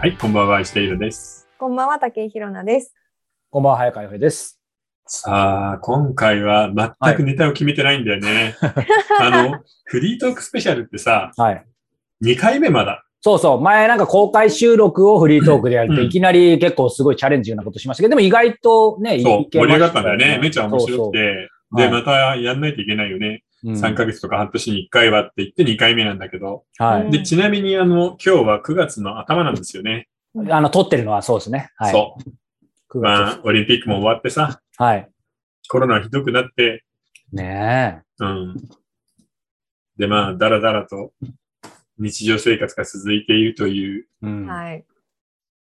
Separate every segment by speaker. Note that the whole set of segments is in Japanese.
Speaker 1: はい、こんばんは、しているです。
Speaker 2: こんばんは、竹井宏奈です。
Speaker 3: こんばんは、早川洋平です。
Speaker 1: さあ、今回は全くネタを決めてないんだよね。 あの、フリートークスペシャルってさ、
Speaker 3: はい。
Speaker 1: 2回目まだ。
Speaker 3: そうそう。前なんか公開収録をフリートークでやるって、
Speaker 1: うん
Speaker 3: いきなり結構すごいチャレンジなことしましたけど、でも意外とね、
Speaker 1: そう、
Speaker 3: いけ
Speaker 1: 盛
Speaker 3: ま
Speaker 1: り上
Speaker 3: し
Speaker 1: がったんだよね。めちゃ面白くて。
Speaker 3: そうそう
Speaker 1: で、
Speaker 3: はい
Speaker 1: またやんないといけないよね。
Speaker 3: そうそう
Speaker 1: 3ヶ月とか半年に1回はって言って2回目なんだけど。
Speaker 3: うんは
Speaker 2: う
Speaker 3: い。
Speaker 1: で、ちなみにあの、今日は9月の頭なんですよね。
Speaker 3: あの、撮ってるのはそうですね。はい。
Speaker 1: そ
Speaker 3: 9
Speaker 1: う。
Speaker 3: 月
Speaker 1: まあ、オリンピックも終わってさ、
Speaker 3: はい。
Speaker 1: コロナひどくなって、
Speaker 3: ね
Speaker 1: うん。で、まあ、だらだらと日常生活が続いているという、
Speaker 3: え。うん。
Speaker 2: はい。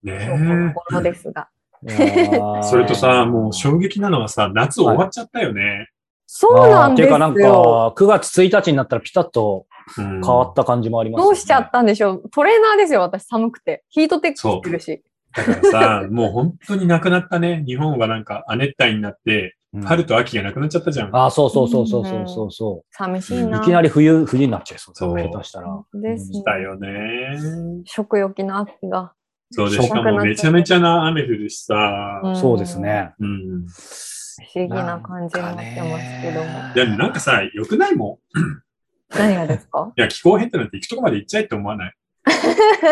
Speaker 1: ね
Speaker 2: 今日この頃ですが。
Speaker 3: いやー
Speaker 1: それとさ、もう衝撃なのはさ、夏終わっちゃったよね。
Speaker 2: そうなんですよ。
Speaker 3: あーていうかなんか、9月1日になったらピタッと
Speaker 1: 変
Speaker 3: 変わった感じもあります、ね。
Speaker 2: どうしちゃったんでしょう。トレーナーですよ、私、寒くて。ヒートテック着てるし。
Speaker 1: ただからさ、もう本当になくなったね。日本はなんか亜熱帯になって、
Speaker 3: うん
Speaker 1: 春と秋がなくなっちゃったじゃん。
Speaker 3: ああ、そうそうそうそうそうそうそ。
Speaker 2: 寂しいうな。
Speaker 3: いきなり冬、冬になっちゃいそうだ
Speaker 1: そ
Speaker 3: ね。
Speaker 1: う
Speaker 3: 下手したら。
Speaker 2: ですね
Speaker 1: だよね。
Speaker 2: 食欲の秋が。
Speaker 1: そうで、
Speaker 3: そう
Speaker 1: しかもめちゃめちゃな雨降るしさ。
Speaker 2: ん
Speaker 3: そうです。ね。
Speaker 1: うん。
Speaker 2: 不思議な感じになってますけど
Speaker 1: い
Speaker 2: も。
Speaker 1: や、なんかさ、良くないも
Speaker 2: 何がです か
Speaker 1: ん。いや、気候変動なんて行くとこまで行っちゃいって思わない。も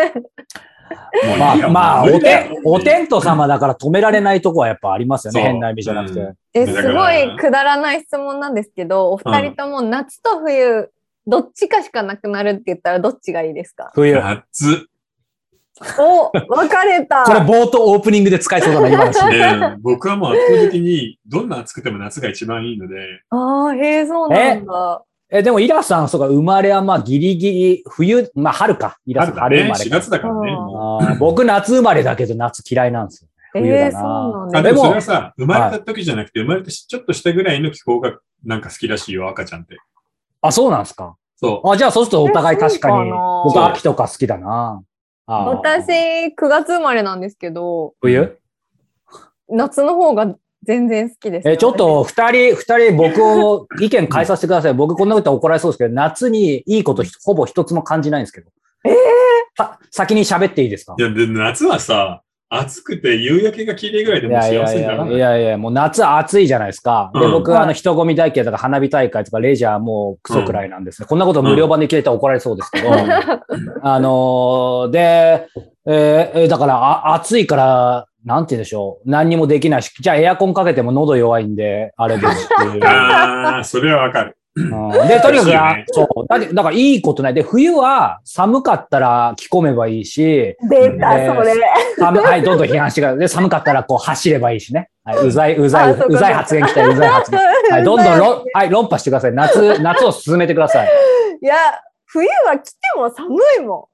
Speaker 1: う
Speaker 3: ま
Speaker 1: いいや
Speaker 3: あ、ま
Speaker 1: もう
Speaker 3: あ、
Speaker 1: 無
Speaker 3: お
Speaker 1: 理だ
Speaker 3: て
Speaker 1: よ
Speaker 3: ん、お天道様だから止められないとこはやっぱありますよね。
Speaker 1: そう
Speaker 3: 変な意味じゃなくて。
Speaker 1: うん
Speaker 2: え、
Speaker 1: だ
Speaker 2: す
Speaker 1: から
Speaker 2: ごいくだらない質問なんですけど、お二人とも夏と冬、どっちかしかなくなるって言ったらどっちがいいですか
Speaker 3: 冬。
Speaker 1: 夏。
Speaker 2: お、分かれた。
Speaker 3: これ冒頭オープニングで使いそうだな、今 のシーン
Speaker 1: ね、僕はもう圧倒的に、どんな暑くても夏が一番いいので、
Speaker 2: ああ、へえ、そうなんだ。
Speaker 3: え、でもイラさん、そうか、生まれはまあギリギリ、冬、まあ春か。イラさん、
Speaker 1: 春
Speaker 3: 春
Speaker 1: だ
Speaker 3: 生
Speaker 1: ね。
Speaker 3: ま
Speaker 1: 4
Speaker 3: れか。
Speaker 1: 月だからね。
Speaker 2: うん
Speaker 1: もう
Speaker 3: あー僕夏生まれだけど夏嫌いなんですよ。冬
Speaker 2: ええ
Speaker 3: だ
Speaker 2: そ
Speaker 3: な
Speaker 2: うなんだ。
Speaker 1: あ
Speaker 3: で
Speaker 1: でも
Speaker 3: も
Speaker 1: それはさ、生まれた時じゃなくて、生まれてしちょっとしたぐらいの気候がなんか好きらしいよ、赤ちゃんって。
Speaker 3: あ、そうなんですか。
Speaker 1: そう。
Speaker 3: あ、じゃあそうするとお互い確か
Speaker 2: えそう
Speaker 3: に
Speaker 2: かな、
Speaker 3: 僕秋とか好きだな。あー
Speaker 2: 私、9月生まれなんですけど、
Speaker 3: 冬
Speaker 2: 夏の方が全然好きです、
Speaker 3: え、ちょっと二人、二人僕を意見変えさせて ください。僕こんなこと言ったら怒られそうですけど、夏にいいことひほぼ一つも感じないんですけど。
Speaker 2: えー
Speaker 3: さ先に喋っていいですか
Speaker 1: いや、で、夏はさ、暑くて夕焼けが綺麗ぐらいで
Speaker 3: い
Speaker 1: もう
Speaker 3: やい
Speaker 1: 幸
Speaker 3: や
Speaker 1: せ
Speaker 3: い
Speaker 1: になら
Speaker 3: や、
Speaker 1: ない
Speaker 3: いやいや、もう夏は暑いじゃないですか。で、
Speaker 1: うん
Speaker 3: 僕、
Speaker 2: はい
Speaker 3: あの、人混み大会とか花火大会とかレジャーもうクソくらいなんですね。こんなこと無料版で聞いたら怒られそうですけど、 あのーで、えーえーだから、あ、暑いから、なんて言うんでしょう。何にもできないし、じゃあエアコンかけても喉弱いんで、あれですし。
Speaker 1: ああ、それはわかる。
Speaker 3: うんで、と
Speaker 1: そう
Speaker 3: にか
Speaker 1: です
Speaker 3: く
Speaker 1: よ
Speaker 3: あ、
Speaker 1: ね
Speaker 3: そう。だけだからいいことない。で、冬は寒かったら着込めばいいし、
Speaker 2: 出た、
Speaker 3: ね
Speaker 2: それ。
Speaker 3: 寒はい、どんどん批判してください。で、寒かったらこう走ればいいしね。はい、うざい、うざい、
Speaker 2: あそうか
Speaker 3: うざい発言来たよ、うざい発言。は い、どんどん
Speaker 2: い
Speaker 3: 論、はい、論破してください。夏、夏を進めてください。
Speaker 2: や、冬は来ても寒いも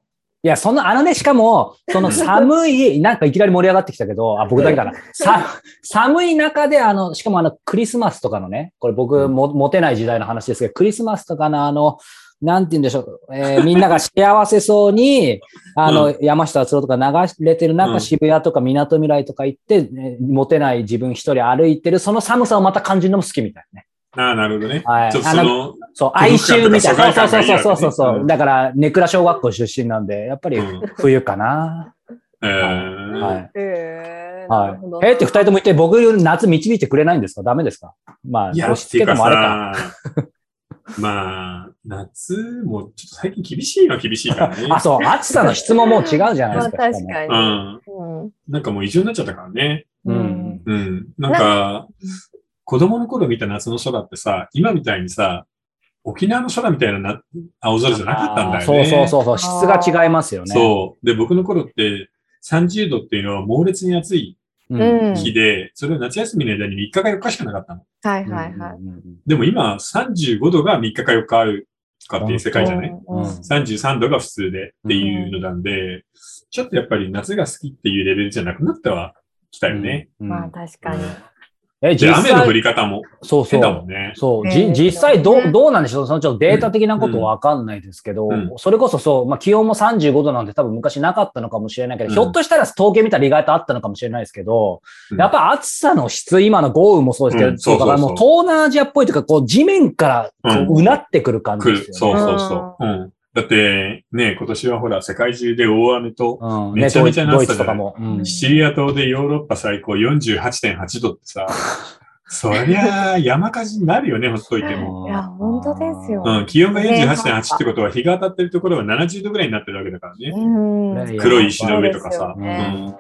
Speaker 3: いや、その、あのね、しかも、その寒い、なんかいきなり盛り上がってきたけど、あ、僕だけかな。さ、寒い中で、あの、しかもあの、クリスマスとかのね、これ僕も、持てない時代の話ですけど、クリスマスとかのあの、なんて言うんでしょう、えーみん なが幸せそうに、あの、山下達郎とか流れてる中、
Speaker 1: うん
Speaker 3: 渋谷とか港未来とか行って、ね持てない自分一人歩いてる、その寒さをまた感じるのも好きみたいなね。
Speaker 1: ああ、なるほどね。
Speaker 3: はい
Speaker 1: ちょっとその、
Speaker 3: そ
Speaker 1: 孤独
Speaker 3: う、
Speaker 1: 感
Speaker 3: 哀愁みたいな。
Speaker 1: とか
Speaker 3: そうそうそうそう
Speaker 1: 疎外感がいいわけね
Speaker 3: そうそう
Speaker 1: うん
Speaker 3: だから、根倉小学校出身なんで、やっぱり冬かな。
Speaker 1: え
Speaker 3: うん
Speaker 1: ー
Speaker 3: はい。
Speaker 2: ん。えー、なるほど
Speaker 3: はい。
Speaker 2: な。
Speaker 3: えーって二人とも言って、僕、夏導いてくれないんですかダメですかまあ、
Speaker 1: いや、
Speaker 3: 押し
Speaker 1: って
Speaker 3: 付
Speaker 1: い
Speaker 3: け
Speaker 1: うか
Speaker 3: てもあれか。
Speaker 1: さ、 まあ、夏もちょっと最近厳しいのは厳しいからね。
Speaker 3: あ、そう、暑さの質問も違うじゃないで
Speaker 2: ますあ、
Speaker 3: か。
Speaker 2: 確か
Speaker 1: う
Speaker 2: に。
Speaker 1: ん。
Speaker 2: うん。
Speaker 1: なんかもう異常になっちゃったからね。
Speaker 3: う
Speaker 2: うん
Speaker 3: ん。
Speaker 1: うん。なんか、子供の頃見た夏の空ってさ、今みたいにさ、沖縄の空みたいなな青空じゃなかったんだよね。
Speaker 3: そうそうそうそう、質が違いますよね。
Speaker 1: そう。で、僕の頃って、30度っていうのは猛烈に暑い
Speaker 2: うん
Speaker 1: 日で、それを夏休みの間に3日か4日しかなかったの。
Speaker 2: はいはいはい。
Speaker 1: でも今、35度が3日か4日あるとかっていう世界じゃない
Speaker 2: うんうん
Speaker 1: 33度が普通でっていうのなんで、ちょっとやっぱり夏が好きっていうレベルじゃなくなってはきたよね。
Speaker 3: うん。
Speaker 2: まあ、確かに。
Speaker 3: え、
Speaker 1: で、
Speaker 3: 実
Speaker 1: 雨の降
Speaker 3: 際、
Speaker 1: り方も
Speaker 3: そうそ
Speaker 1: 変だも
Speaker 3: う。
Speaker 1: んね。
Speaker 3: そう、
Speaker 2: えー
Speaker 3: じ、実際どう、どうなんでしょうそのちょっとデータ的なこと
Speaker 1: うん
Speaker 3: わかんないですけど
Speaker 1: うん、
Speaker 3: それこそそう、まあ気温も35度なんて多分昔なかったのかもしれないけ
Speaker 1: う
Speaker 3: ど、
Speaker 1: ん
Speaker 3: ひょっとしたら統計見たら意外とあったのかもしれないですけど、
Speaker 1: うん
Speaker 3: やっぱ暑さの質、今の豪雨もそうですけど、
Speaker 1: うんそうそうそう
Speaker 3: だからもう東南アジアっぽいというか、こう地面からこ
Speaker 1: う
Speaker 3: う
Speaker 1: ん
Speaker 3: うなってくる感じ
Speaker 1: 来
Speaker 3: です
Speaker 1: る。
Speaker 3: よね。
Speaker 1: そうそうそう。うん。だって、ね、今年はほら、世界中で大雨と、
Speaker 3: うん。
Speaker 1: めちゃめちゃな
Speaker 3: ド
Speaker 1: 暑
Speaker 3: イ
Speaker 1: さ
Speaker 3: ツ
Speaker 1: じ
Speaker 3: と
Speaker 1: ゃな
Speaker 3: か
Speaker 1: い
Speaker 3: も。うん。
Speaker 1: シチリア島でヨーロッパ最高48.8度ってさ、そりゃあ山火事になるよね、ほっといても。
Speaker 2: いや本当ですよ
Speaker 1: うん、気温が48.8ってことは日が当たってるところは70度ぐらいになってるわけだからね。
Speaker 2: うん。
Speaker 1: 黒い石の上とかさ。
Speaker 2: そううですよね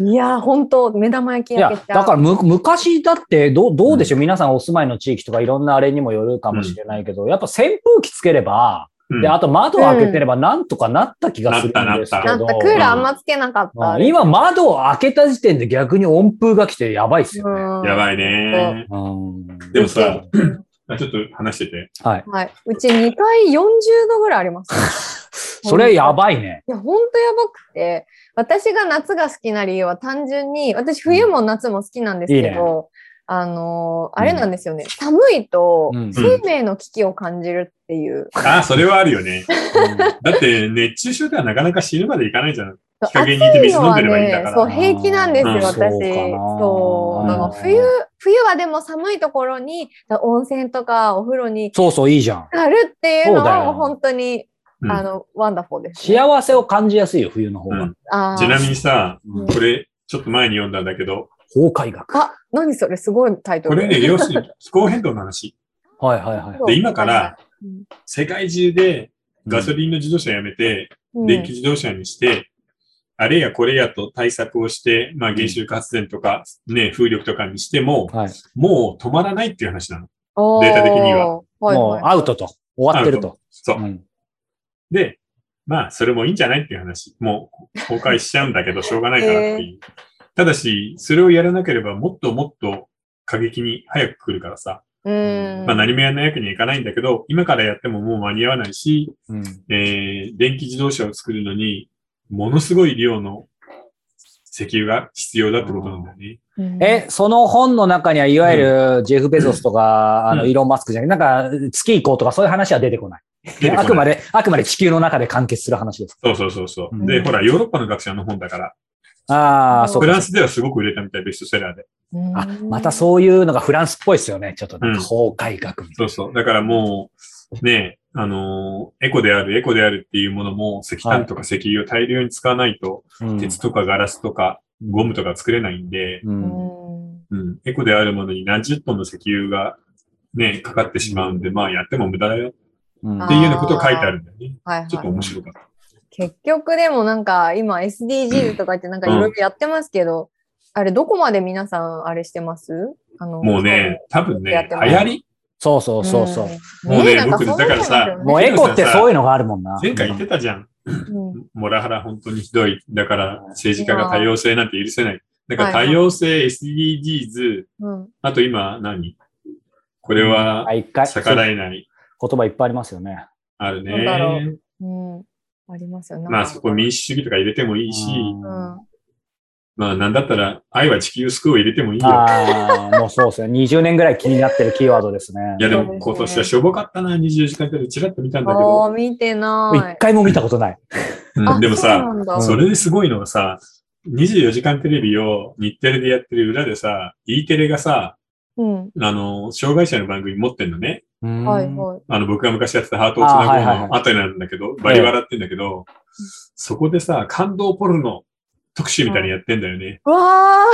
Speaker 1: ん
Speaker 2: いや、本当目玉焼き
Speaker 3: いや
Speaker 2: 焼け、ちゃう。
Speaker 3: だからむ、昔だって、どう、どうでしょう、皆さんお住まいの地域とかいろんなあれにもよるかもしれないけど、やっぱ扇風機つければ、
Speaker 1: うん
Speaker 3: で、あと窓を開けてればなんとかなった気がするんですけ
Speaker 2: な
Speaker 3: ど。
Speaker 2: んかクーラーあんまつけなかった。
Speaker 3: うん今窓を開けた時点で逆に温風が来てやばいっすよね。
Speaker 1: やば
Speaker 2: い。
Speaker 1: いね。
Speaker 3: うん。
Speaker 1: でもさ、あちょっと話してて。
Speaker 3: はい。
Speaker 2: はい。うち2回40度ぐらいあります。
Speaker 3: それやばいね。
Speaker 2: いや、ほんとやばくて、私が夏が好きな理由は単純に、私冬も夏も好きなんですけど、
Speaker 3: いいね
Speaker 2: あのーあれなんですよね、寒いと
Speaker 3: うん
Speaker 2: 生命の危機を感じるっていう、
Speaker 1: あ、それはあるよね。だって、熱中症ではなかなか死ぬまでいかないじゃん。日陰にいて水飲んでればいいんだから
Speaker 2: そう、平気なんですよ、
Speaker 1: うん
Speaker 2: 私。
Speaker 3: そうかな
Speaker 2: そう。だから冬、冬はでも寒いところに、だから温泉とかお風呂に
Speaker 3: そうそう、いいじゃん。
Speaker 2: 浸かるっていうの
Speaker 3: そうだ
Speaker 2: は
Speaker 3: よ
Speaker 2: 本当に、
Speaker 1: うん
Speaker 2: あの、ワンダフォーです。
Speaker 3: 幸せを感じやすいよ、冬の方が。
Speaker 1: うん
Speaker 2: あー
Speaker 1: ちなみにさ
Speaker 3: うん、
Speaker 1: これ、ちょっと前に読んだんだけど、
Speaker 3: 崩壊学。
Speaker 2: あ、何それ、すごいタイト
Speaker 1: こ
Speaker 2: ル。
Speaker 1: れね、要するに気候変動の 話。
Speaker 3: はいはいはい。
Speaker 1: で、今から
Speaker 2: うん、
Speaker 1: 世界中でガソリンの自動車やめて、
Speaker 2: うん
Speaker 1: 電気自動車にして、あれやこれやと対策をして、まあ原子力発電とか、ね、風力とかにしても、
Speaker 3: はい。
Speaker 1: もう止まらないっていう話なの。
Speaker 2: デ
Speaker 1: ータ的には。
Speaker 2: はい
Speaker 3: もう
Speaker 2: はい、
Speaker 3: アウトと。終わってると。
Speaker 1: そうう。
Speaker 3: ん。
Speaker 1: で、まあそれもいいんじゃないっていう話。もう崩壊しちゃうん だけど、しょうがないからっていう。ただし、それをやらなければもっともっと過激に早く来るからさ、
Speaker 2: うん。
Speaker 1: まあ何もやらないわけにはいかないんだけど、今からやってももう間に合わないし、
Speaker 3: うん。
Speaker 1: えー電気自動車を作るのに、ものすごい量の石油が必要だってことなんだよね。
Speaker 2: うん
Speaker 3: え、、その本の中には、いわゆる、ジェフ・ベゾスとか、あ
Speaker 1: う
Speaker 3: の、
Speaker 1: ん
Speaker 3: イーロン・マスクじゃなくて、なんか、月行こうとか、そういう話は出てこない。
Speaker 1: 出てこない
Speaker 3: あくまで、あくまで地球の中で完結する話です。
Speaker 1: そうそうそうそうう。
Speaker 3: ん
Speaker 1: で、ほら、ヨーロッパの学者の本だから、
Speaker 3: ああ、そう
Speaker 1: フ
Speaker 3: か
Speaker 1: ランスではすごく売れたみたい、ベストセラーで。
Speaker 2: うん
Speaker 3: あ、またそういうのがフランスっぽいですよね。ちょっとなんか崩壊学みた
Speaker 1: そ
Speaker 3: いう
Speaker 1: そう。だからもう、ね、あのーエコである、エコであるっていうものも、石炭とか石油を大量に使わないと、
Speaker 3: な。うん
Speaker 1: 鉄とかガラスとか、ゴムとか作れないんで、
Speaker 3: う。
Speaker 2: うんん。
Speaker 1: うん、エコであるものに何十トンの石油が、ね、かかってしまうんで、まあやっても無駄だよ
Speaker 3: うん
Speaker 1: っていうようなことを書いてあるんだよね。
Speaker 2: はいはい
Speaker 1: ちょっと面白かった。
Speaker 2: 結局でもなんか今 SDGs とか言ってなんかいろいろやってますけど、あれどこまで皆さんあれしてますあの
Speaker 1: もうね、多分
Speaker 2: やっ
Speaker 1: ね、
Speaker 2: てます
Speaker 1: 流行り
Speaker 3: そうそうそうそう。
Speaker 1: もうね
Speaker 2: なん
Speaker 1: 僕
Speaker 2: そう
Speaker 1: だからさ
Speaker 2: なんですよね
Speaker 3: もうエコってそういうのがあるもんな。
Speaker 1: 前回言ってたじゃん。
Speaker 2: うん
Speaker 1: モラハラ本当にひどい。だから政治家が多様性なんて許せない。だから
Speaker 2: はい
Speaker 1: 多様性、SDGs、
Speaker 2: うん
Speaker 1: あと今何これは
Speaker 3: あ、一回。
Speaker 1: 逆
Speaker 3: 言
Speaker 1: らえない。
Speaker 3: 葉いっぱいありますよね。
Speaker 1: ある
Speaker 2: なんだろ
Speaker 1: ね。
Speaker 2: うんありますよね。
Speaker 1: まあそこ民
Speaker 2: み
Speaker 1: 主主義とか入れてもいいし、
Speaker 2: うん。
Speaker 1: まあなんだったら愛は地球を救うを入れてもいいよ。
Speaker 3: ああ、もうそうですね。20年ぐらい気になってるキーワードですね。
Speaker 1: いやで
Speaker 2: そうです
Speaker 1: も
Speaker 2: ね
Speaker 1: 今年はしょぼかったな、24時間テレビチラッと見たんだけ
Speaker 2: あ
Speaker 1: ど。
Speaker 2: ー見てな
Speaker 3: 一
Speaker 2: い。
Speaker 3: 回も見たことない。
Speaker 1: うんでもさ、
Speaker 2: そうなんだ
Speaker 3: うん
Speaker 1: それですごいのがさ、24時間テレビを日テレでやってる裏でさ、E テレがさ、
Speaker 2: うん。
Speaker 1: あの、障害者の番組持ってんのね。
Speaker 2: はい
Speaker 3: うん
Speaker 2: はい。
Speaker 1: あの、僕が昔やってたハートをつな
Speaker 3: あはいはい
Speaker 1: ぐ
Speaker 3: はい
Speaker 1: の後になるんだけど、バリ笑ってんだけど、そこでさ、感動ポルノ特集みたいにやってんだよね。
Speaker 2: うわ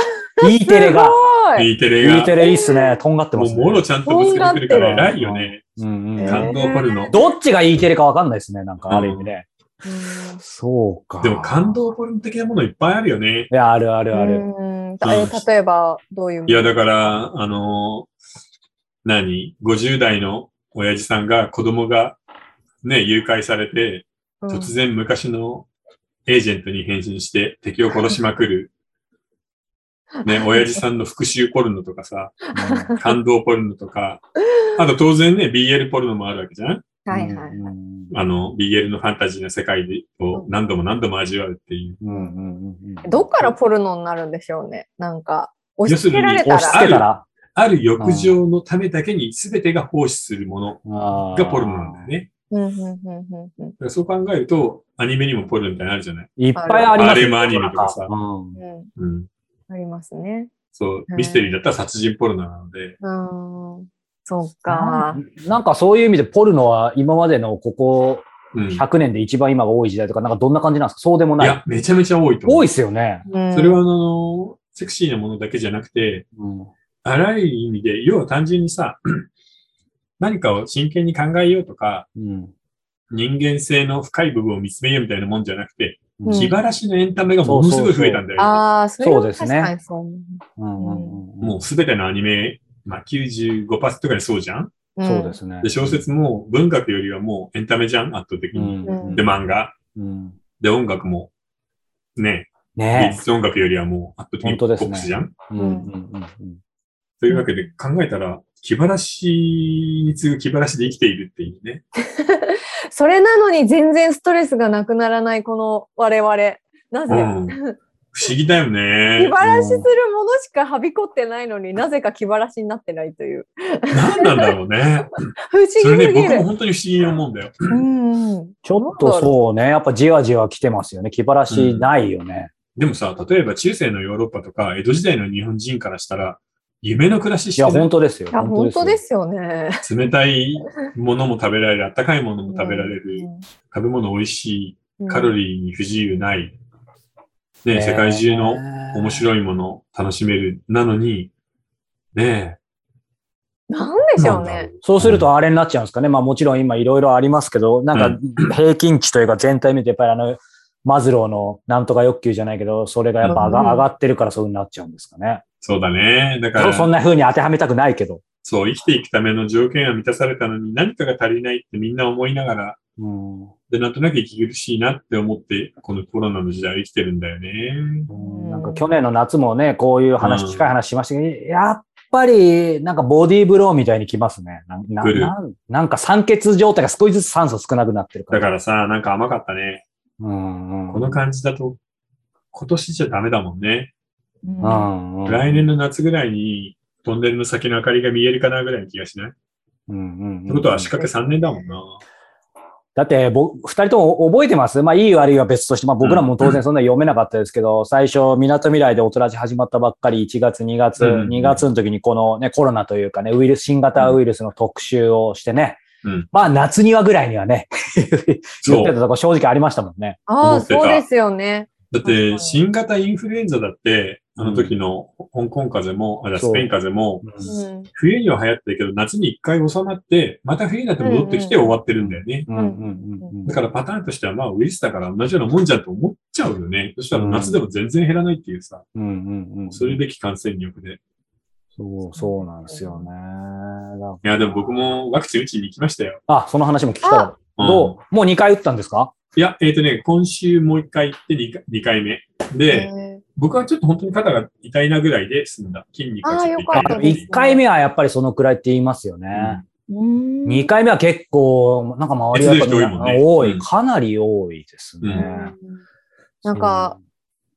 Speaker 2: ー
Speaker 3: E テレが、
Speaker 2: すごい
Speaker 1: E テレ
Speaker 3: E
Speaker 1: が。
Speaker 3: テレいいっすね。とんがってま
Speaker 1: も
Speaker 3: す
Speaker 1: う、
Speaker 3: ね。
Speaker 1: もろちゃんとぶつけてくるから
Speaker 2: とんが
Speaker 3: って
Speaker 1: 偉い
Speaker 3: る
Speaker 1: よね。
Speaker 3: うんうん
Speaker 2: え
Speaker 1: 感動ポルノ。
Speaker 3: どっちが E テレかわかんないですね。なんかある意味ね。
Speaker 2: うん
Speaker 3: そうか。
Speaker 1: でも感動ポルノ的なものいっぱいあるよね。
Speaker 3: いや、あるあるある。
Speaker 2: うんあれ例えば、どういうもの
Speaker 1: いや、だから、あの何 ?50 代の親父さんが子供がね、誘拐されて、
Speaker 2: うん
Speaker 1: 突然昔のエージェントに変身して敵を殺しまく る。ね、親父さんの復讐ポルノとかさ、感動ポルノとか、あと当然ね、BL ポルノもあるわけじゃん
Speaker 2: はいはい。
Speaker 3: うん
Speaker 1: あの、BL のファンタジーな世界を何度も何度も味わうっていう。
Speaker 3: うんうんうんうんうん
Speaker 2: どっからポルノになるんでしょうね。なんか、押し付けられた
Speaker 3: 押し
Speaker 2: ら。
Speaker 3: 付けたら。
Speaker 1: ある浴場のためだけに全てが奉仕するも
Speaker 3: あ
Speaker 1: の
Speaker 3: ー
Speaker 1: がポルノなんだよね。
Speaker 2: うんうんうんうんうん
Speaker 1: だからそう考えると、アニメにもポルノみたいなのあるじゃない
Speaker 3: いっぱいあります
Speaker 1: あれもアニメとかさ
Speaker 3: うん
Speaker 2: うん
Speaker 1: うん。
Speaker 2: ありますね。
Speaker 1: そう
Speaker 2: う、ん
Speaker 1: ミステリーだったら殺人ポルノなので、
Speaker 2: うん。そうか。
Speaker 3: なんかそういう意味でポルノは今までのここ
Speaker 1: うん。い
Speaker 3: 100年で一番今が多い時代とか、なんかどんな感じなんですかそうでもない。
Speaker 1: や、めちゃめちゃ多いと思う。
Speaker 3: 多いっすよね。
Speaker 2: うん
Speaker 1: それはあの、セクシーなものだけじゃなくて、
Speaker 3: うん。
Speaker 1: あらゆる意味で、要は単純にさ、 何かを真剣に考えようとか、
Speaker 3: うん。
Speaker 1: 人間性の深い部分を見つめようみたいなもんじゃなくて、
Speaker 3: うん
Speaker 1: 気晴らしのエンタメがものすごい増えたんだよね。
Speaker 2: ああ、それは
Speaker 3: そうです
Speaker 2: 確
Speaker 3: ね
Speaker 2: かにそう思
Speaker 3: うんうんうん
Speaker 1: もうすべてのアニメ、まあ、95%とかでそうじゃん
Speaker 2: う。。
Speaker 3: そうですすね。
Speaker 1: で、小説も文学よりはもうエンタメじゃん圧倒的
Speaker 3: う
Speaker 1: に。
Speaker 3: ん。
Speaker 2: うん
Speaker 1: で、漫画。
Speaker 3: うん。
Speaker 1: で、音楽も、ね、美
Speaker 3: ね
Speaker 1: 術音楽よりはもう圧倒的に
Speaker 3: 本
Speaker 1: ポ
Speaker 3: 当ですね
Speaker 1: ップスじゃん、
Speaker 3: え。うんうんうんうん。
Speaker 1: というわけで考えたら、気晴らしに次ぐ気晴らしで生きているっていうね。
Speaker 2: それなのに全然ストレスがなくならないこの我々。なぜ、
Speaker 1: うん。不思議だよ
Speaker 2: 気
Speaker 1: ね
Speaker 2: 晴。らしするものしかはびこってないのになぜか気晴らしになってないという。
Speaker 1: 何なんだろうね。
Speaker 2: 不思議す
Speaker 1: そ
Speaker 2: ぎ
Speaker 1: れね、
Speaker 2: る。
Speaker 1: 僕も本当に不思議に思うんだよ。
Speaker 2: うんうん。
Speaker 3: ちょっとそうね。やっぱじわじわ来てますよね。気晴らしないよね。
Speaker 1: でもさ、例えば中世のヨーロッパとか、江戸時代の日本人からしたら、夢の暮らしし
Speaker 3: いや、
Speaker 1: てる
Speaker 3: 本当ですよ。
Speaker 2: いや、本当ですすよね。
Speaker 1: 冷たいものも食べられる、温かいものも食べられ
Speaker 2: う
Speaker 1: る、
Speaker 2: ん
Speaker 1: 食べ物美味し
Speaker 2: うん
Speaker 1: い、カロリーに不自由ない、ね、
Speaker 3: ね
Speaker 1: 世界中の面
Speaker 3: い。
Speaker 1: 白いもの楽しめる、なのに、ね
Speaker 2: なん
Speaker 1: え。
Speaker 2: でしょ
Speaker 1: な
Speaker 2: うん
Speaker 1: だろ
Speaker 2: ね。
Speaker 1: う
Speaker 3: そうする、とあれになっちゃうんですかね。まあもちろん今いろいろありますけど、なんか平均値というか全体見てやっぱりあの、マズローのなんとか欲求じゃないけど、それがやっぱ上が,、
Speaker 2: うん
Speaker 3: 上がってるからそうになっちゃうんですかね。
Speaker 1: そうだね。だか
Speaker 3: そ
Speaker 1: ら、
Speaker 3: そんな風に当てはめたくないけど。
Speaker 1: そう、生きていくための条件は満たされたのに何かが足りないってみんな思いながら、
Speaker 3: うん。
Speaker 1: で、なんとなく息苦しいなって思って、このコロナの時代を生きてるんだよね。
Speaker 2: うん
Speaker 3: なんか去年の夏もね、こういう話、
Speaker 1: うん
Speaker 3: 近い話しましたけど、やっぱり、なんかボディーブローみたいに来ますね。なんな
Speaker 1: 来る
Speaker 3: なんなんか酸欠状態が少しずつ酸素少なくなってるか
Speaker 1: だ
Speaker 3: ら。
Speaker 1: からさ、なんか甘かったね。
Speaker 3: うんうん。
Speaker 1: この感じだと、今年じゃダメだもんね。
Speaker 2: うん
Speaker 3: うんうん、
Speaker 1: 来年の夏ぐらいに、トンネルの先の明かりが見えるかなぐらいの気がしない、
Speaker 3: うんうんうん
Speaker 1: ってことは仕掛け3年だもんな。
Speaker 3: だって、僕、二人とも覚えてますまあ、いい悪いは別として、まあ、僕らも当然そんな読めなかったですけど、最初、港未来で大人じ始まったばっかり、1月、2月、
Speaker 1: うん
Speaker 3: 2月の時にこのね、コロナというかね、ウイルス、新型ウイルスの特集をしてね、
Speaker 1: うん
Speaker 3: まあ、夏にはぐらいにはね、言
Speaker 1: そ
Speaker 3: っ
Speaker 1: う
Speaker 3: てた。とこ正直ありましたもんね。
Speaker 2: ああ、
Speaker 1: 思ってた
Speaker 2: そうですよね。
Speaker 1: だっ
Speaker 2: 確か
Speaker 1: て、
Speaker 2: に
Speaker 1: 新型インフルエンザだって、あの時の香港風邪も、あ、じゃあ
Speaker 3: そう
Speaker 1: スペイン風邪も、
Speaker 2: うん
Speaker 1: 冬には流行ったけど、夏に一回収まって、また冬になって戻ってきて
Speaker 2: うんう
Speaker 1: 終
Speaker 2: ん
Speaker 1: わってるんだよね。
Speaker 3: うんうんうんうん
Speaker 1: だからパターンとしては、まあ、ウイルスだから同じようなもんじゃんと思っちゃうよね。そしたら夏でも全然減らないっていうさ、
Speaker 3: うんうんうん
Speaker 1: それべき感染力で。い
Speaker 3: そう、そうなんですよね。だ
Speaker 1: や、でも僕もワクチン打ちに行きましたよ。
Speaker 3: あ、その話も聞きたいわ。
Speaker 1: うん
Speaker 3: どうもう2回打ったんですか
Speaker 1: いや、えっ、とね、今週もう一回行って2回 ,2 回目。で、
Speaker 2: へ
Speaker 1: 僕はちょっと本当に肩が痛いなぐらいで済んだ。筋肉がちょっと痛
Speaker 2: あー
Speaker 1: い
Speaker 2: よか
Speaker 1: な
Speaker 2: った
Speaker 1: って
Speaker 2: で
Speaker 1: い
Speaker 2: す
Speaker 1: う
Speaker 2: ね
Speaker 3: 1回目はやっぱりそのくらいって言いますよね。
Speaker 2: ーうん
Speaker 3: 2回目は結構、なんか周りはやっぱ
Speaker 1: 別の人多いもんね
Speaker 3: あ多い、
Speaker 1: うん
Speaker 3: かなり多いです
Speaker 1: う
Speaker 3: ね。
Speaker 2: うんなんか、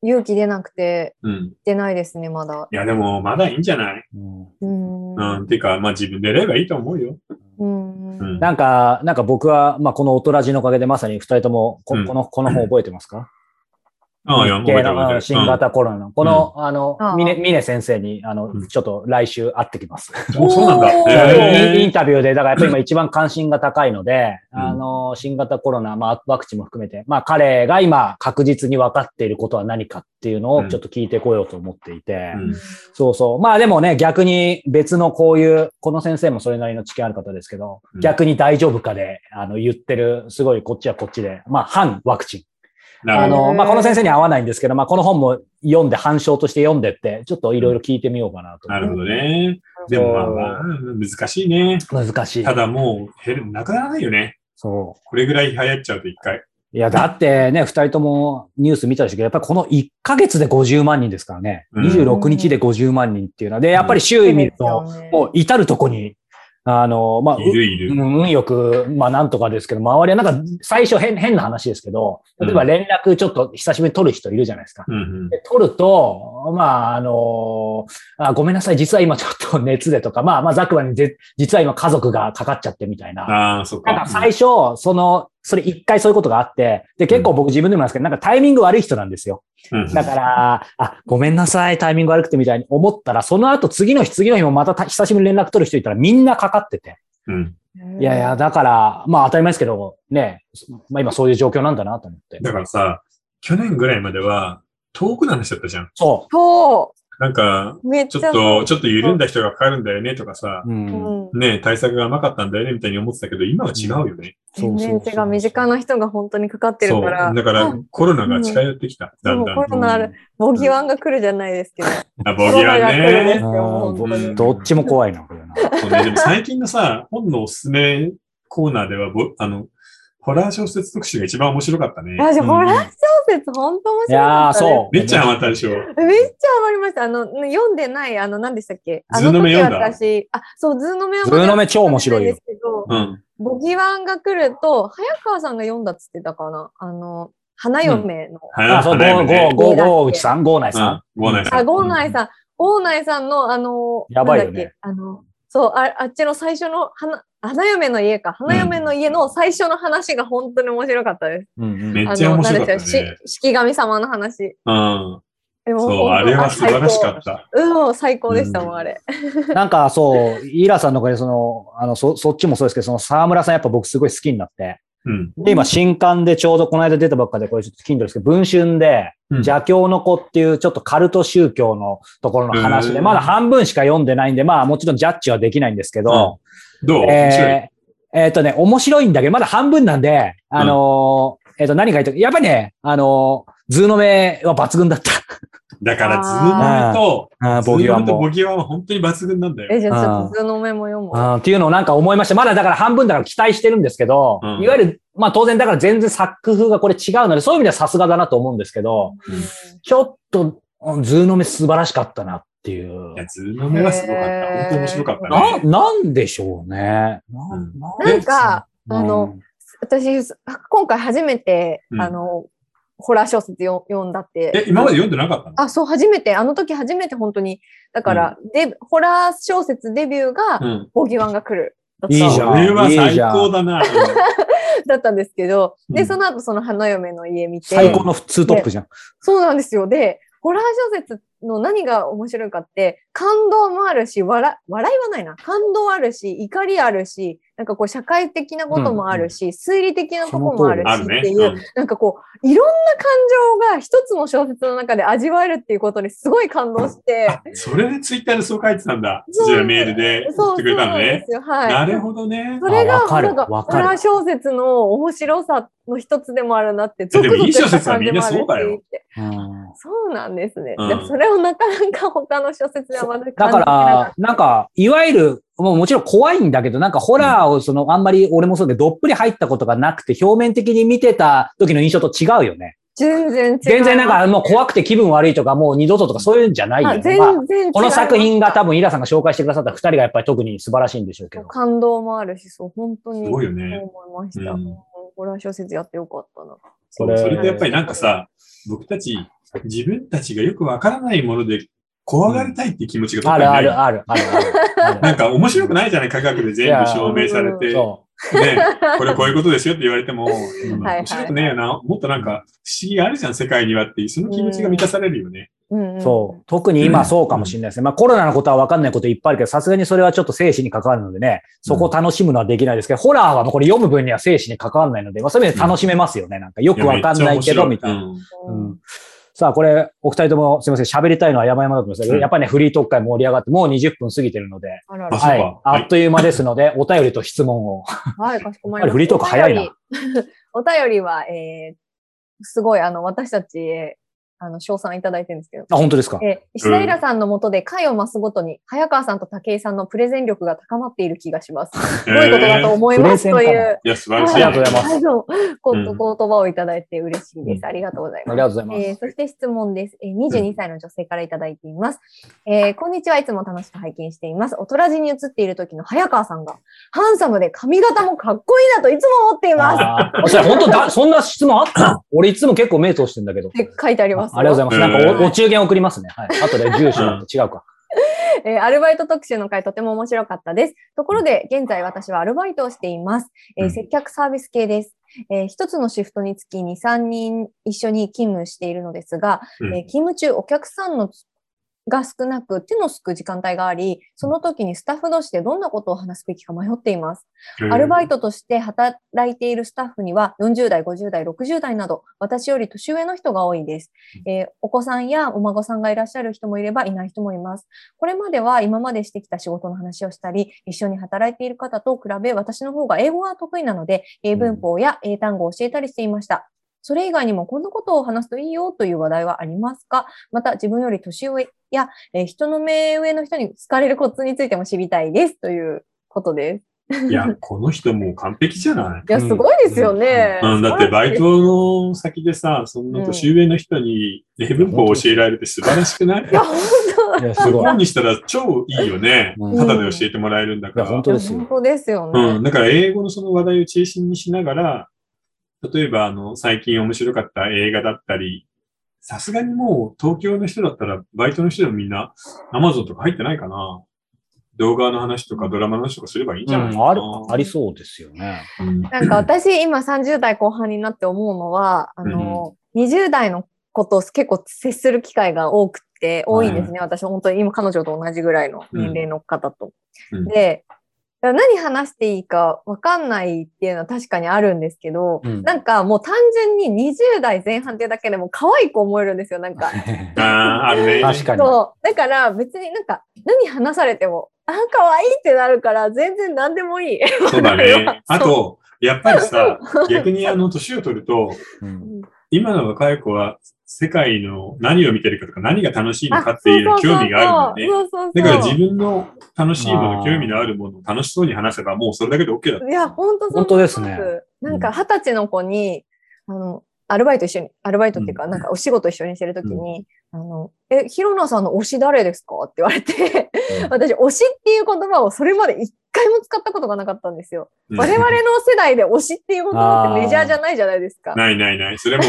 Speaker 2: 勇気出なくて
Speaker 1: うん。
Speaker 2: 出ないですね、まだ。
Speaker 1: いや、でも、まだいいんじゃない
Speaker 3: うん、
Speaker 2: うん
Speaker 1: うん。てか、まあ自分でやればいいと思うよ。
Speaker 2: うん
Speaker 1: うん
Speaker 3: なんか、なんか僕は、まあ、この大人じのおかげでまさに2人ともこ、
Speaker 1: うん
Speaker 3: この、この本覚えてますか
Speaker 1: ああ、いや、もう
Speaker 3: 日
Speaker 1: 覚
Speaker 3: 系
Speaker 1: えてる覚
Speaker 3: の
Speaker 1: えて
Speaker 3: う
Speaker 1: る
Speaker 3: ん新型コロナの、この、あの
Speaker 2: あ、あ
Speaker 3: 峰峰先生に、あの
Speaker 1: う、ん
Speaker 3: ちょっと来週会ってきます。
Speaker 1: うんおそうなんだ。
Speaker 2: おー
Speaker 1: へ
Speaker 3: イン
Speaker 1: え
Speaker 3: タビューで、だからやっぱり今一番関心が高いので、
Speaker 1: うん
Speaker 3: あの、新型コロナ、まあ、ワクチンも含めて、まあ、彼が今確実に分かっていることは何かっていうの
Speaker 1: う
Speaker 3: を
Speaker 1: ん
Speaker 3: ちょっと聞いてこようと思っていて、
Speaker 1: うん
Speaker 3: そうそう。まあでもね、逆に別のこういう、この先生もそれなりの知見ある方ですけど、
Speaker 1: うん
Speaker 3: 逆に大丈夫かで、あの、言ってる、すごいこっちはこっちで、まあ、反ワクチン。
Speaker 1: な
Speaker 3: あ
Speaker 1: るほど。
Speaker 3: の、
Speaker 2: へー
Speaker 3: まあ、この先生に合わないんですけど、まあ、この本も読んで、反証として読んでって、ちょっといろいろ聞いてみようかなと。
Speaker 1: なるほどね。でもまあまあ、難しいね。
Speaker 3: 難しい
Speaker 1: た。だもう減る、なくならないよね。
Speaker 3: そ
Speaker 1: これぐらい流行っちゃうと一回。
Speaker 3: う。いや、だってね、二人ともニュース見たでしょうけど、やっぱりこの1ヶ月で50万人ですからね。
Speaker 1: うん
Speaker 3: 26日で50万人っていうのはで、やっぱり周囲見ると、もう至るとこに、あの、まあ、
Speaker 1: いるいうる。
Speaker 3: ん運よく、まあなんとかですけど、周りはなんか最初変、変な話ですけど、例えば連絡ちょっと久しぶりに取る人いるじゃないですか。
Speaker 1: うんうん。
Speaker 3: で取ると、まあ、あのあ、ごめんなさい、実は今ちょっと熱でとか、まあ、まあ、ざくばにぜ実は今家族がかかっちゃってみたいな。
Speaker 1: ああ、そっか。
Speaker 3: なんか最初、その、それ一回そういうことがあって、で、結構僕自分でもなんですけど、なんかタイミング悪い人なんですよ。
Speaker 1: うん
Speaker 3: だから、あ、ごめんなさい、タイミング悪くてみたいに思ったら、その後次の日、次の日もまたた久しぶりに連絡取る人いたらみんなかかってて。
Speaker 1: うん。
Speaker 3: いやいや、だから、まあ当たり前ですけど、ね、まあ今そういう状況なんだなと思って。
Speaker 1: だからさ、去年ぐらいまでは、遠くの話だったじゃん。
Speaker 3: そ
Speaker 2: そ
Speaker 1: なんか、
Speaker 2: う。めっ
Speaker 1: ち
Speaker 2: ち
Speaker 1: ょ
Speaker 2: ゃ。
Speaker 1: っと、ちょっと緩んだ人がかかるんだよねとかさ、
Speaker 3: う。う。
Speaker 2: うんん。
Speaker 1: ね、対策が甘かったんだよねみたいに思ってたけど、今は違うよね。
Speaker 3: そう
Speaker 2: 全
Speaker 3: そうそう
Speaker 2: 然違う。身近な人が本当にかかってるから
Speaker 1: そう。、だから
Speaker 2: あ、
Speaker 1: コロナが近寄ってきた。だんだ
Speaker 2: そうコロ
Speaker 1: ん。
Speaker 2: ナある。ボギワンが来るじゃないですけど。
Speaker 1: あ、ボギーは
Speaker 2: コロナが来るんです
Speaker 1: ね。
Speaker 2: よ、
Speaker 3: うん
Speaker 2: 本当に。
Speaker 3: どっちも怖いな、これな。
Speaker 1: そうねでも最近のさ、本のおすすめコーナーでは、ぼあの、ホラー小説特集が一番面白かったね。
Speaker 2: 私、
Speaker 3: うん
Speaker 2: ホラー小説、本当面
Speaker 3: い
Speaker 2: 白
Speaker 3: や
Speaker 2: か
Speaker 3: ー、
Speaker 2: ったです。
Speaker 3: そう。
Speaker 1: めっちゃハマったでしょ。
Speaker 2: めっちゃハマりました。あの、ね読んでない、あの、何でしたっけあ
Speaker 1: 図の目
Speaker 2: 時
Speaker 1: 読んだ
Speaker 2: 私、あ、そう、図の目は
Speaker 3: 図の目超面白いよ
Speaker 2: 読んでないんですけど、
Speaker 1: うん。
Speaker 2: ボギワンが来ると、早川さんが読んだっつってたかな。あの、花嫁の。
Speaker 1: は
Speaker 3: あ、そう、
Speaker 1: 花嫁ね
Speaker 3: 5、5、5、内さん、5内
Speaker 1: う
Speaker 3: さ
Speaker 1: ん
Speaker 3: ん。
Speaker 1: ゴーナイさん。
Speaker 2: あ、ゴーナイさん。ゴーナイさんの、あの、
Speaker 3: やばいよね
Speaker 2: なんだっけ。あの、そう、ああっちの最初の花、花嫁の家か。花嫁の家の最初の話が本当に面白かったです。
Speaker 3: うんうん
Speaker 1: めっ
Speaker 2: あ
Speaker 1: ちゃ
Speaker 2: の、
Speaker 1: 面白か
Speaker 2: な
Speaker 1: った
Speaker 2: んで
Speaker 1: ね
Speaker 2: しょうし式神様の話。
Speaker 1: うん。
Speaker 2: でも
Speaker 1: そう、
Speaker 2: 本当
Speaker 1: あれは素晴らしかった。
Speaker 2: うん、最高でしたもん、あれ。
Speaker 3: なんかそう、イーラさんのおかげで、その、あの、そ、そっちもそうですけど、その沢村さんやっぱ僕すごい好きになって。
Speaker 1: うん。
Speaker 3: で、今新刊でちょうどこの間出たばっかで、これちょっと Kindle ですけど、文春で、
Speaker 1: うん
Speaker 3: 邪教の子っていうちょっとカルト宗教のところの話
Speaker 1: う
Speaker 3: で、
Speaker 1: ん
Speaker 3: まだ半分しか読んでないんで、まあもちろんジャッジはできないんですけど、
Speaker 1: どう面白い
Speaker 3: えーえっとね、面白いんだけど、まだ半分なんで、あのーえっと何が言いたいやっぱりね、あのー、図の目は抜群だった。
Speaker 1: だから、ズームと、
Speaker 3: あー
Speaker 1: ズ
Speaker 3: ボギ
Speaker 1: ー
Speaker 3: ワン
Speaker 1: ムとボ
Speaker 3: も。
Speaker 1: ギワンは本当に抜群なんだよ。
Speaker 2: え、じゃあちょ
Speaker 3: あ
Speaker 2: っと図の目も読もう。
Speaker 3: あーっていうのをなんか思いました。まだだから半分だから期待してるんですけど、
Speaker 1: うん
Speaker 3: いわゆる、まあ当然だから全然作風がこれ違うので、そういう意味ではさすがだなと思うんですけど、
Speaker 1: うん
Speaker 3: ちょっと、うんズーの目素晴らしかったなっていう
Speaker 1: い。や、ズーム目はすごかった。
Speaker 2: へー
Speaker 1: 本当に面白かった
Speaker 3: な、
Speaker 1: ね。
Speaker 3: なんでしょうね。な
Speaker 1: うん
Speaker 2: なんか、
Speaker 3: うん
Speaker 2: あの、私、今回初めて、
Speaker 1: うん
Speaker 2: あの、ホラー小説よ読んだって。
Speaker 1: え、今まで読んでなかったの
Speaker 2: あ、そう、初めて、あの時初めて本当に、だから、で、ホラー小説デビューが、
Speaker 1: うん。
Speaker 2: ボギワンが来る。だった
Speaker 3: いいじゃん
Speaker 1: これは最高だな。
Speaker 2: だったんですけど、
Speaker 1: う
Speaker 2: で、
Speaker 1: ん
Speaker 2: その後その花嫁の家見て、
Speaker 3: 最高の普通トップじゃん。
Speaker 2: そうなんですよ。で、ホラー小説の何が面白いかって、感動もあるし、笑笑いはないな。感動あるし、怒りあるし、なんかこう社会的なこともあるし、推理的なこともある
Speaker 1: あ
Speaker 2: し
Speaker 1: る
Speaker 2: っ
Speaker 1: ね。
Speaker 2: ていうう、
Speaker 1: ん
Speaker 2: なんかこう、いろんな感情が一つの小説の中で味わえるっていうことにすごい感 動して、
Speaker 1: あそれでツイッターでそう書いてたんだ。
Speaker 2: そう
Speaker 1: 辻のメールで送
Speaker 2: そ
Speaker 1: っ
Speaker 2: う
Speaker 1: てく
Speaker 2: そ
Speaker 1: れ
Speaker 2: う
Speaker 1: たの
Speaker 2: なんで
Speaker 1: ね。
Speaker 2: すよ。はい。
Speaker 1: なるほどね
Speaker 2: そ。れ
Speaker 3: あ
Speaker 2: が、
Speaker 3: わかる
Speaker 2: なんか、
Speaker 3: わ
Speaker 2: ホ
Speaker 3: かる
Speaker 2: ラー小説の面白さの一つでもあるなって、
Speaker 1: でも
Speaker 2: ゾクゾク
Speaker 1: いい小
Speaker 2: した
Speaker 1: 説は
Speaker 2: 感
Speaker 1: み
Speaker 2: じ
Speaker 1: んな
Speaker 2: もあるし
Speaker 1: そうだよ
Speaker 2: って
Speaker 3: うん
Speaker 2: そうなんですね。
Speaker 1: うん
Speaker 2: でもそれをなかなか他の小説ではまだ感じて
Speaker 3: だ
Speaker 2: なか
Speaker 3: か
Speaker 2: っ
Speaker 3: ら、なんか、いわゆる、もうもちろん怖いんだけど、なんかホラーをその、あんまり俺もそうだけど、どっぷり入ったことがなくて、表面的に見てた時の印象と違うよね。
Speaker 2: た。全然違う。
Speaker 3: 全然なんかもう怖くて気分悪いとか、もう二度ととかそういうんじゃないよ
Speaker 2: あ、
Speaker 3: ね。
Speaker 2: 全
Speaker 3: まあ
Speaker 2: 然違う。
Speaker 3: この作品が多分イラさんが紹介してくださった二人がやっぱり特に素晴らしいんでしょうけど。
Speaker 2: 感動もあるし、そう、本当に。
Speaker 1: すごいよ
Speaker 2: そう
Speaker 1: ね。
Speaker 2: 思いました。
Speaker 1: うん
Speaker 2: うんホラー小説やってよかったな。
Speaker 1: そ
Speaker 3: そうれ
Speaker 1: それでやっぱりなんかさ、僕たち、自分たちがよくわからないもので怖がりたいっていう気持ちがどっか
Speaker 3: ある
Speaker 1: にな
Speaker 3: あ
Speaker 1: い
Speaker 3: るあるあるある。
Speaker 1: なんか面白くないじゃない科学で全部証明されて、ね、
Speaker 3: そ
Speaker 1: これこういうことですよって言われても、うん
Speaker 2: はい
Speaker 1: 面白くねえよな、もっとなんか不思議があるじゃん、世界にはっていう、その気持ちが満たされるよね。
Speaker 2: うん、う
Speaker 3: う。
Speaker 2: ん。
Speaker 3: そう。特に今そうかもしれないですね。まあコロナのことは分かんないこといっぱいあるけど、さすがにそれはちょっと生死に関わるのでね、そこを楽しむのはできないですけど、ホラーはこれ読む分には生死に関わらないので、まあそういう意味で楽しめますよね。なんかよく分かんないけど、みたいな。
Speaker 1: な。
Speaker 2: う。
Speaker 3: うんんさあ、これ、お二人ともすいません、喋りたいのは山々だと思いますけど、
Speaker 1: うん
Speaker 3: やっぱりね、フリートーク会盛り上がって、もう20分過ぎてるので、
Speaker 2: あら
Speaker 1: あ
Speaker 2: ら。
Speaker 1: そうか
Speaker 3: はい
Speaker 1: は
Speaker 3: あ
Speaker 1: い
Speaker 3: っという間ですので、お便りと質問を。
Speaker 2: はい、かしこま
Speaker 3: やっ
Speaker 2: りました。
Speaker 3: ぱりフリートーク早いな。
Speaker 2: お便り は、えー、すごい、あの、私たちへ、あの、賞賛いただいてるんですけど、
Speaker 3: あ、本当ですか。
Speaker 2: えー、石田イラさんの下で回を増すごとに、早川さんと武井さんのプレゼン力が高まっている気がします。
Speaker 1: え
Speaker 2: どういうことだと
Speaker 1: ー
Speaker 2: 思います、
Speaker 3: えー
Speaker 2: と
Speaker 3: プレ
Speaker 2: い
Speaker 3: ゼンか
Speaker 2: う。
Speaker 1: いや、素晴らしい。
Speaker 3: ありがとうございます
Speaker 2: はい。そうこ
Speaker 1: うん
Speaker 2: 言葉をいただいて嬉しいです。ありがとうござい
Speaker 3: あ
Speaker 2: ま
Speaker 3: り
Speaker 2: す。
Speaker 3: がとうございます。
Speaker 2: えーそして質問です、えー22歳の女性からいただいています。えーこんにちは。いつも楽しく拝見しています。おとらじに映っている時の早川さんが、ハンサムで髪型もかっこいいなといつも思っています。
Speaker 3: あーそれ本当だ、そんな質問あった俺いつも結構目通してんだけど。
Speaker 2: って書いてあり
Speaker 3: あ
Speaker 2: ま
Speaker 3: あり
Speaker 2: す。
Speaker 3: がとうございます。なんか
Speaker 1: え
Speaker 3: おお中元送りますね。 はい。あとで住所と違うか。
Speaker 2: えーアルバイト特集の回とても面白かったです。ところで、現在私はアルバイトをしています。えー
Speaker 1: うん
Speaker 2: 接客サービス系です。えー一つのシフトにつき2、3人一緒に勤務しているのですが、
Speaker 1: うん
Speaker 2: えー勤務中お客さんのが少なく手のすく時間帯があり、その時にスタッフ同士でどんなことを話すべきか迷っています。アルバイ
Speaker 1: ト。
Speaker 2: トとして働いているスタッフには40代、50代、60代など私より年上の人が多いです、えーお子さんやお孫さんがいらっしゃる人もいればいない人もいます。これまでは今までしてきた仕事の話をしたり、一緒に働いている方と比べ私の方が英語が得意なので英文法や英単語を教えたりしていました。それ以外にもこんなことを話すといいよという話題はありますかまた自分より年上や、えー人の目上の人に好かれるコツについても知りたいですということです。
Speaker 1: いや、この人もう完璧じゃない
Speaker 2: いや、
Speaker 3: うん
Speaker 2: すごいですよね。
Speaker 1: うん、だってバイ
Speaker 2: 素晴らしい
Speaker 1: トの先でさ、そんな年上の人に英文法を教えられるって素晴らしくない
Speaker 2: いや、本
Speaker 3: いや、す
Speaker 1: 向
Speaker 3: ご
Speaker 1: こ
Speaker 3: い。
Speaker 1: うにしたら超いいよね。
Speaker 3: うん
Speaker 1: ただで教えてもらえるんだか
Speaker 3: いや本
Speaker 1: ら
Speaker 2: 当
Speaker 3: 当。で
Speaker 2: ですす
Speaker 3: よ
Speaker 2: よ。本当ですよね。
Speaker 1: うん。だから英語のその話題を中心にしながら、例えばあの、最近面白かった映画だったり、さすがにもう東京の人だったら、バイトの人でもみんな Amazon とか入ってないかな。動画の話とかドラマの話とかすればいいん
Speaker 3: う
Speaker 1: じゃない
Speaker 3: ん、あるありそうですよね。
Speaker 1: うん
Speaker 2: なんか私、今30代後半になって思うのは、あの、20代の子と結構接する機会が多くて、多いんですね。私、本当に今彼女と同じぐらいの年齢の方と。
Speaker 1: うん
Speaker 2: で、だから何話していいか分かんないっていうのは確かにあるんですけど、
Speaker 3: うん
Speaker 2: なんかもう単純に20代前半っていうだけでも可愛く思えるんですよ、なんか。
Speaker 1: ああ、あるね。
Speaker 3: 確かに。
Speaker 2: そう。だから別になんか何話されても、あ、可愛いってなるから全然何でもいい。。
Speaker 1: そうだねあと、やっぱりさ、逆にあの、年を取ると、
Speaker 3: うん
Speaker 1: 今の若い子は世界の何を見てるかとか何が楽しいのかっていう
Speaker 2: あそう
Speaker 1: 興
Speaker 2: そうそう
Speaker 1: 味があるんだよね。
Speaker 2: そうそうそ
Speaker 1: だ
Speaker 2: う。
Speaker 1: から自分の楽しいもの、興味のあるものを楽しそうに話せばもうそれだけで OK だと。
Speaker 2: いや、本当
Speaker 3: 本当ですね。
Speaker 2: なんか二十歳の子に、あの、アルバイト一緒に、アルバイトっていうか、
Speaker 1: うん
Speaker 2: なんかお仕事一緒にしてるときに、あの、え、ヒロナさんの推し誰ですかって言われて、 私、推しっていう言葉をそれまで一回も使ったことがなかったんですよ。
Speaker 1: うん
Speaker 2: 我々の世代で推しっていう言葉ってメジャーじゃないじゃないですか。
Speaker 1: ないないない。それも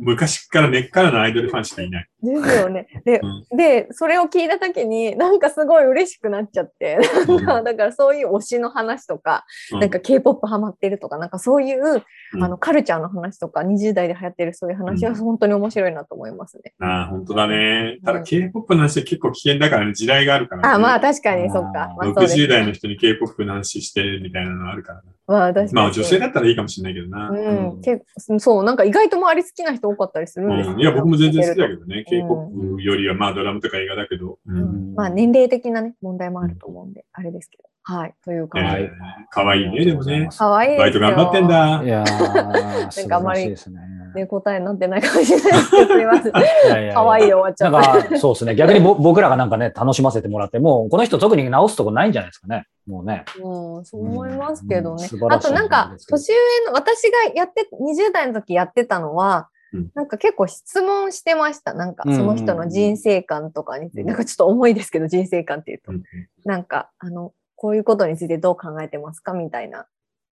Speaker 1: 昔から根っからのアイドルファンしかいない。
Speaker 2: です よね。で、
Speaker 1: う
Speaker 2: で、それを聞いたときに、なんかすごい嬉しくなっちゃって、
Speaker 1: うん
Speaker 2: なんかだからそういう推しの話とか、
Speaker 1: うん
Speaker 2: なんか K-POP ハマってるとか、なんかそういう、
Speaker 1: うん
Speaker 2: あの、カルチャーの話とか、20代で流行ってるそういう話
Speaker 1: う
Speaker 2: は
Speaker 1: ん
Speaker 2: 本当に面白いなと思いますね。
Speaker 1: ああ、本当だね。た
Speaker 2: う
Speaker 1: だ
Speaker 2: ん
Speaker 1: K-POP の話は結構危険だからね、時代があるからね。
Speaker 2: あ、まあ確かに、
Speaker 3: あー
Speaker 2: そっか。まあそうです。
Speaker 1: 60代の人に K-POP の話してるみたいなのあるからね。
Speaker 2: まあ確かに。
Speaker 1: まあ女性だったらいいかもしれないけどな。
Speaker 2: うん、
Speaker 3: うん
Speaker 2: 結構そう、なんか意外と周り好きな人多かったりするんですよ
Speaker 1: うんいや、僕も全然好きだけどね。
Speaker 2: うん
Speaker 1: K-POP よりは、まあドラムとか映画だけど、う
Speaker 2: うんんまあ年齢的なね、問題もあると思うんで、あれですけど。はい、という
Speaker 1: え
Speaker 2: 感じ
Speaker 3: は
Speaker 2: で。
Speaker 3: い
Speaker 1: ー可愛いね、でもね。
Speaker 2: かわいいですよ。
Speaker 1: バイト頑張ってんだ
Speaker 3: い。やー、
Speaker 2: な
Speaker 3: 素
Speaker 2: ん
Speaker 3: 晴
Speaker 2: かあんま
Speaker 3: ら
Speaker 2: り
Speaker 3: しいですね。
Speaker 2: ね、答えになってないかもしれないですけど、すいません。可愛いで終
Speaker 3: よ。
Speaker 2: わっちゃ
Speaker 3: な
Speaker 2: っ
Speaker 3: ん
Speaker 2: た。
Speaker 3: か、そうですね。逆にぼ僕らがなんかね、楽しませてもらって、もうこの人特に直すとこないんじゃないですかね。もうね。
Speaker 2: うん、そう思いますけど
Speaker 3: うん
Speaker 2: ね
Speaker 3: 素晴。ら
Speaker 2: あ
Speaker 3: しい
Speaker 2: となんか、年上の、私がやって、20代の時やってたのは
Speaker 1: うん、
Speaker 2: なんか結構質問してました。なんか、
Speaker 3: うん
Speaker 2: その人の人生観とかについて、
Speaker 3: うん
Speaker 2: なんかちょっと重いですけど、人生観っていうと
Speaker 1: う。ん
Speaker 2: なんか、あの、こういうことについてどう考えてますかみたいな。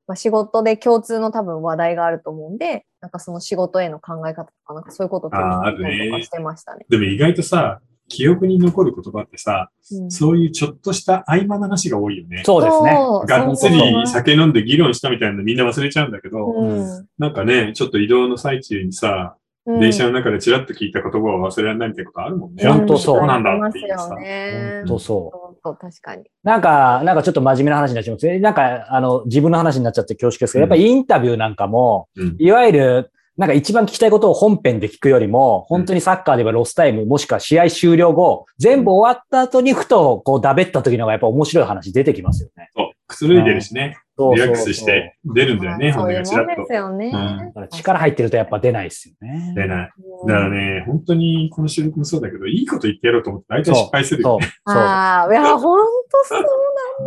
Speaker 2: まあ、仕事で共通の多分話題があると思うんで、なんかその仕事への考え方とか、なんかそういうことを
Speaker 1: あーあ
Speaker 2: 聞
Speaker 1: る
Speaker 2: いた
Speaker 1: ね
Speaker 2: りとかしてましたね。
Speaker 1: でも意外とさ、記憶に残る言葉ってさ、
Speaker 2: うん
Speaker 1: そういうちょっとした合間の話が多いよね。
Speaker 3: そうですね。
Speaker 2: そう
Speaker 1: がっつ
Speaker 2: そう思い
Speaker 1: り
Speaker 2: ます
Speaker 1: 酒飲んで議論したみたいなのみんな忘れちゃうんだけど、
Speaker 2: うん
Speaker 1: なんかね、ちょっと移動の最中にさ、
Speaker 2: うん
Speaker 1: 電車の中でちらっと聞いた言葉を忘れられないみたいなことあるもんね。
Speaker 3: 本当そう
Speaker 1: そうなんだ
Speaker 2: ありま
Speaker 1: っ
Speaker 2: す
Speaker 1: ていう
Speaker 2: よ
Speaker 1: さ。
Speaker 2: ね。
Speaker 3: そうそ
Speaker 2: そ
Speaker 3: う。
Speaker 2: うそう確かに。
Speaker 3: なんか、なんかちょっと真面目な話になっちゃいますね。なんか、あの、自分の話になっちゃって恐縮ですけど、やっぱりインタビューなんかも、
Speaker 1: うん
Speaker 3: いわゆる、なんか一番聞きたいことを本編で聞くよりも、本当にサッカーで言えばロスタイム、もしくは試合終了後、全部終わった後にふと、こう、だべった時の方がやっぱ面白い話出てきますよね。
Speaker 1: そうくつろいでるしね、
Speaker 3: そう
Speaker 1: リ
Speaker 3: そうそ
Speaker 1: ラッ
Speaker 3: う
Speaker 1: クスして。出るんだよね、
Speaker 2: そう
Speaker 1: 骨
Speaker 2: い
Speaker 1: が
Speaker 2: う
Speaker 1: ち
Speaker 2: も
Speaker 1: らっ
Speaker 2: んで
Speaker 1: と。
Speaker 2: すよね。
Speaker 1: うん
Speaker 3: だから力入ってるとやっぱ出ないですよね。
Speaker 1: 出ない。
Speaker 2: うん
Speaker 1: だからね、本当にこの収録もそうだけど、いいこと言ってやろうと思って大体失敗するよ
Speaker 3: そう
Speaker 1: ね。。
Speaker 3: そ
Speaker 2: ああ、いや、ほんとそう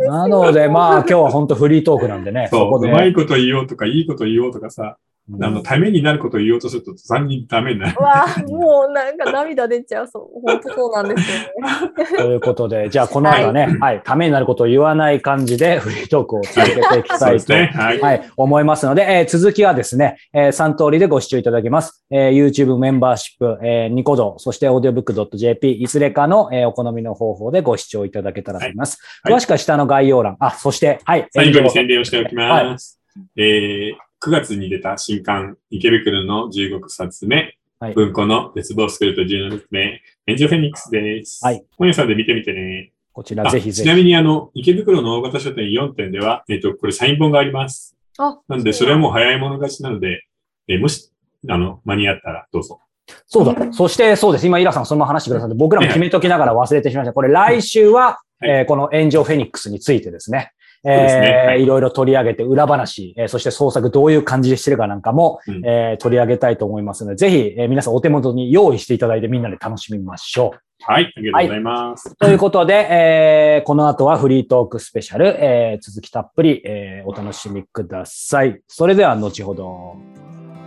Speaker 3: う。なので、まあ今日は本当フリートークなんでね、
Speaker 1: そう
Speaker 3: こ
Speaker 1: う
Speaker 3: で。
Speaker 1: まいこと言おうとか、いいこと言おうとかさ、
Speaker 3: うん
Speaker 1: あの、ためになることを言おうとすると、残人ダメになる。
Speaker 2: な。わあ、もうなんか涙出ちゃう。そう、ほんとそうなんですよね。
Speaker 3: ということで、 じゃあこの後はね、はい、ためになることを言わない感じでフ リートークを続けていき
Speaker 1: そう
Speaker 3: た
Speaker 1: で
Speaker 3: い
Speaker 1: す
Speaker 3: と。
Speaker 1: ね。はい。
Speaker 3: はい、思いますので、えー続きはですね、え3通りでご視聴いただけます。えー YouTube メンバーシップ、えーニコ動、そして audiobook.jp、いずれかの、えーお好みの方法でご視聴いただけたらと思います。
Speaker 1: はい
Speaker 3: 詳しくは下の概要欄、あ、そして、はい、
Speaker 1: 最後に宣伝をしておきます。えー9月に出た新刊、池袋の15冊目、
Speaker 3: はい
Speaker 1: 文庫の絶望スクールと17列目、エンジェルフェニックスです。
Speaker 3: はい。
Speaker 1: 本屋さんで見てみてね。
Speaker 3: こちらぜひ
Speaker 1: あ
Speaker 3: ぜ
Speaker 1: ちな
Speaker 3: ひ。
Speaker 1: みに、あの、池袋の大型書店4店では、えっ、と、これサイン本があります。
Speaker 2: あ、
Speaker 1: なんで、それはもう早い者勝ちなので、えーもし、あの、間に合ったらどうぞ。
Speaker 3: そう
Speaker 2: う
Speaker 3: だ。
Speaker 2: ん
Speaker 3: そして、そうです。今、イラさんそのまま話してくださって、僕らも決めときながら忘れてしまいました。これ、来週は、
Speaker 1: はい
Speaker 3: えーこの炎上フェニックスについてですね。
Speaker 1: うですね
Speaker 3: え
Speaker 1: は
Speaker 3: ー
Speaker 1: い
Speaker 3: いろいろ取り上げて、裏話、えーそして創作どういう感じでしてるかなんかも、
Speaker 1: うん
Speaker 3: えー取り上げたいと思いますので、ぜひ、えー皆さんお手元に用意していただいてみんなで楽しみましょう。
Speaker 1: はい、ありがとうございます。
Speaker 3: ということで、えーこの後はフリートークスペシャル、えー続きたっぷり、えーお楽しみください。それでは後ほど。
Speaker 1: は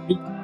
Speaker 1: い